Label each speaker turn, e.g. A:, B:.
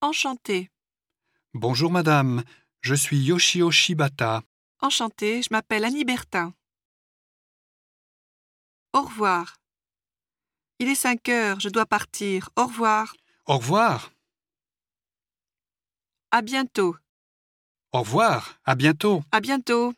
A: Enchanté.
B: Bonjour madame, je suis Yoshio Shibata.
A: Enchanté, je m'appelle Annie Bertin. Au revoir. Il est cinq heures, je dois partir. Au revoir.
B: Au revoir.
A: À bientôt.
B: Au revoir. À bientôt.
A: À bientôt.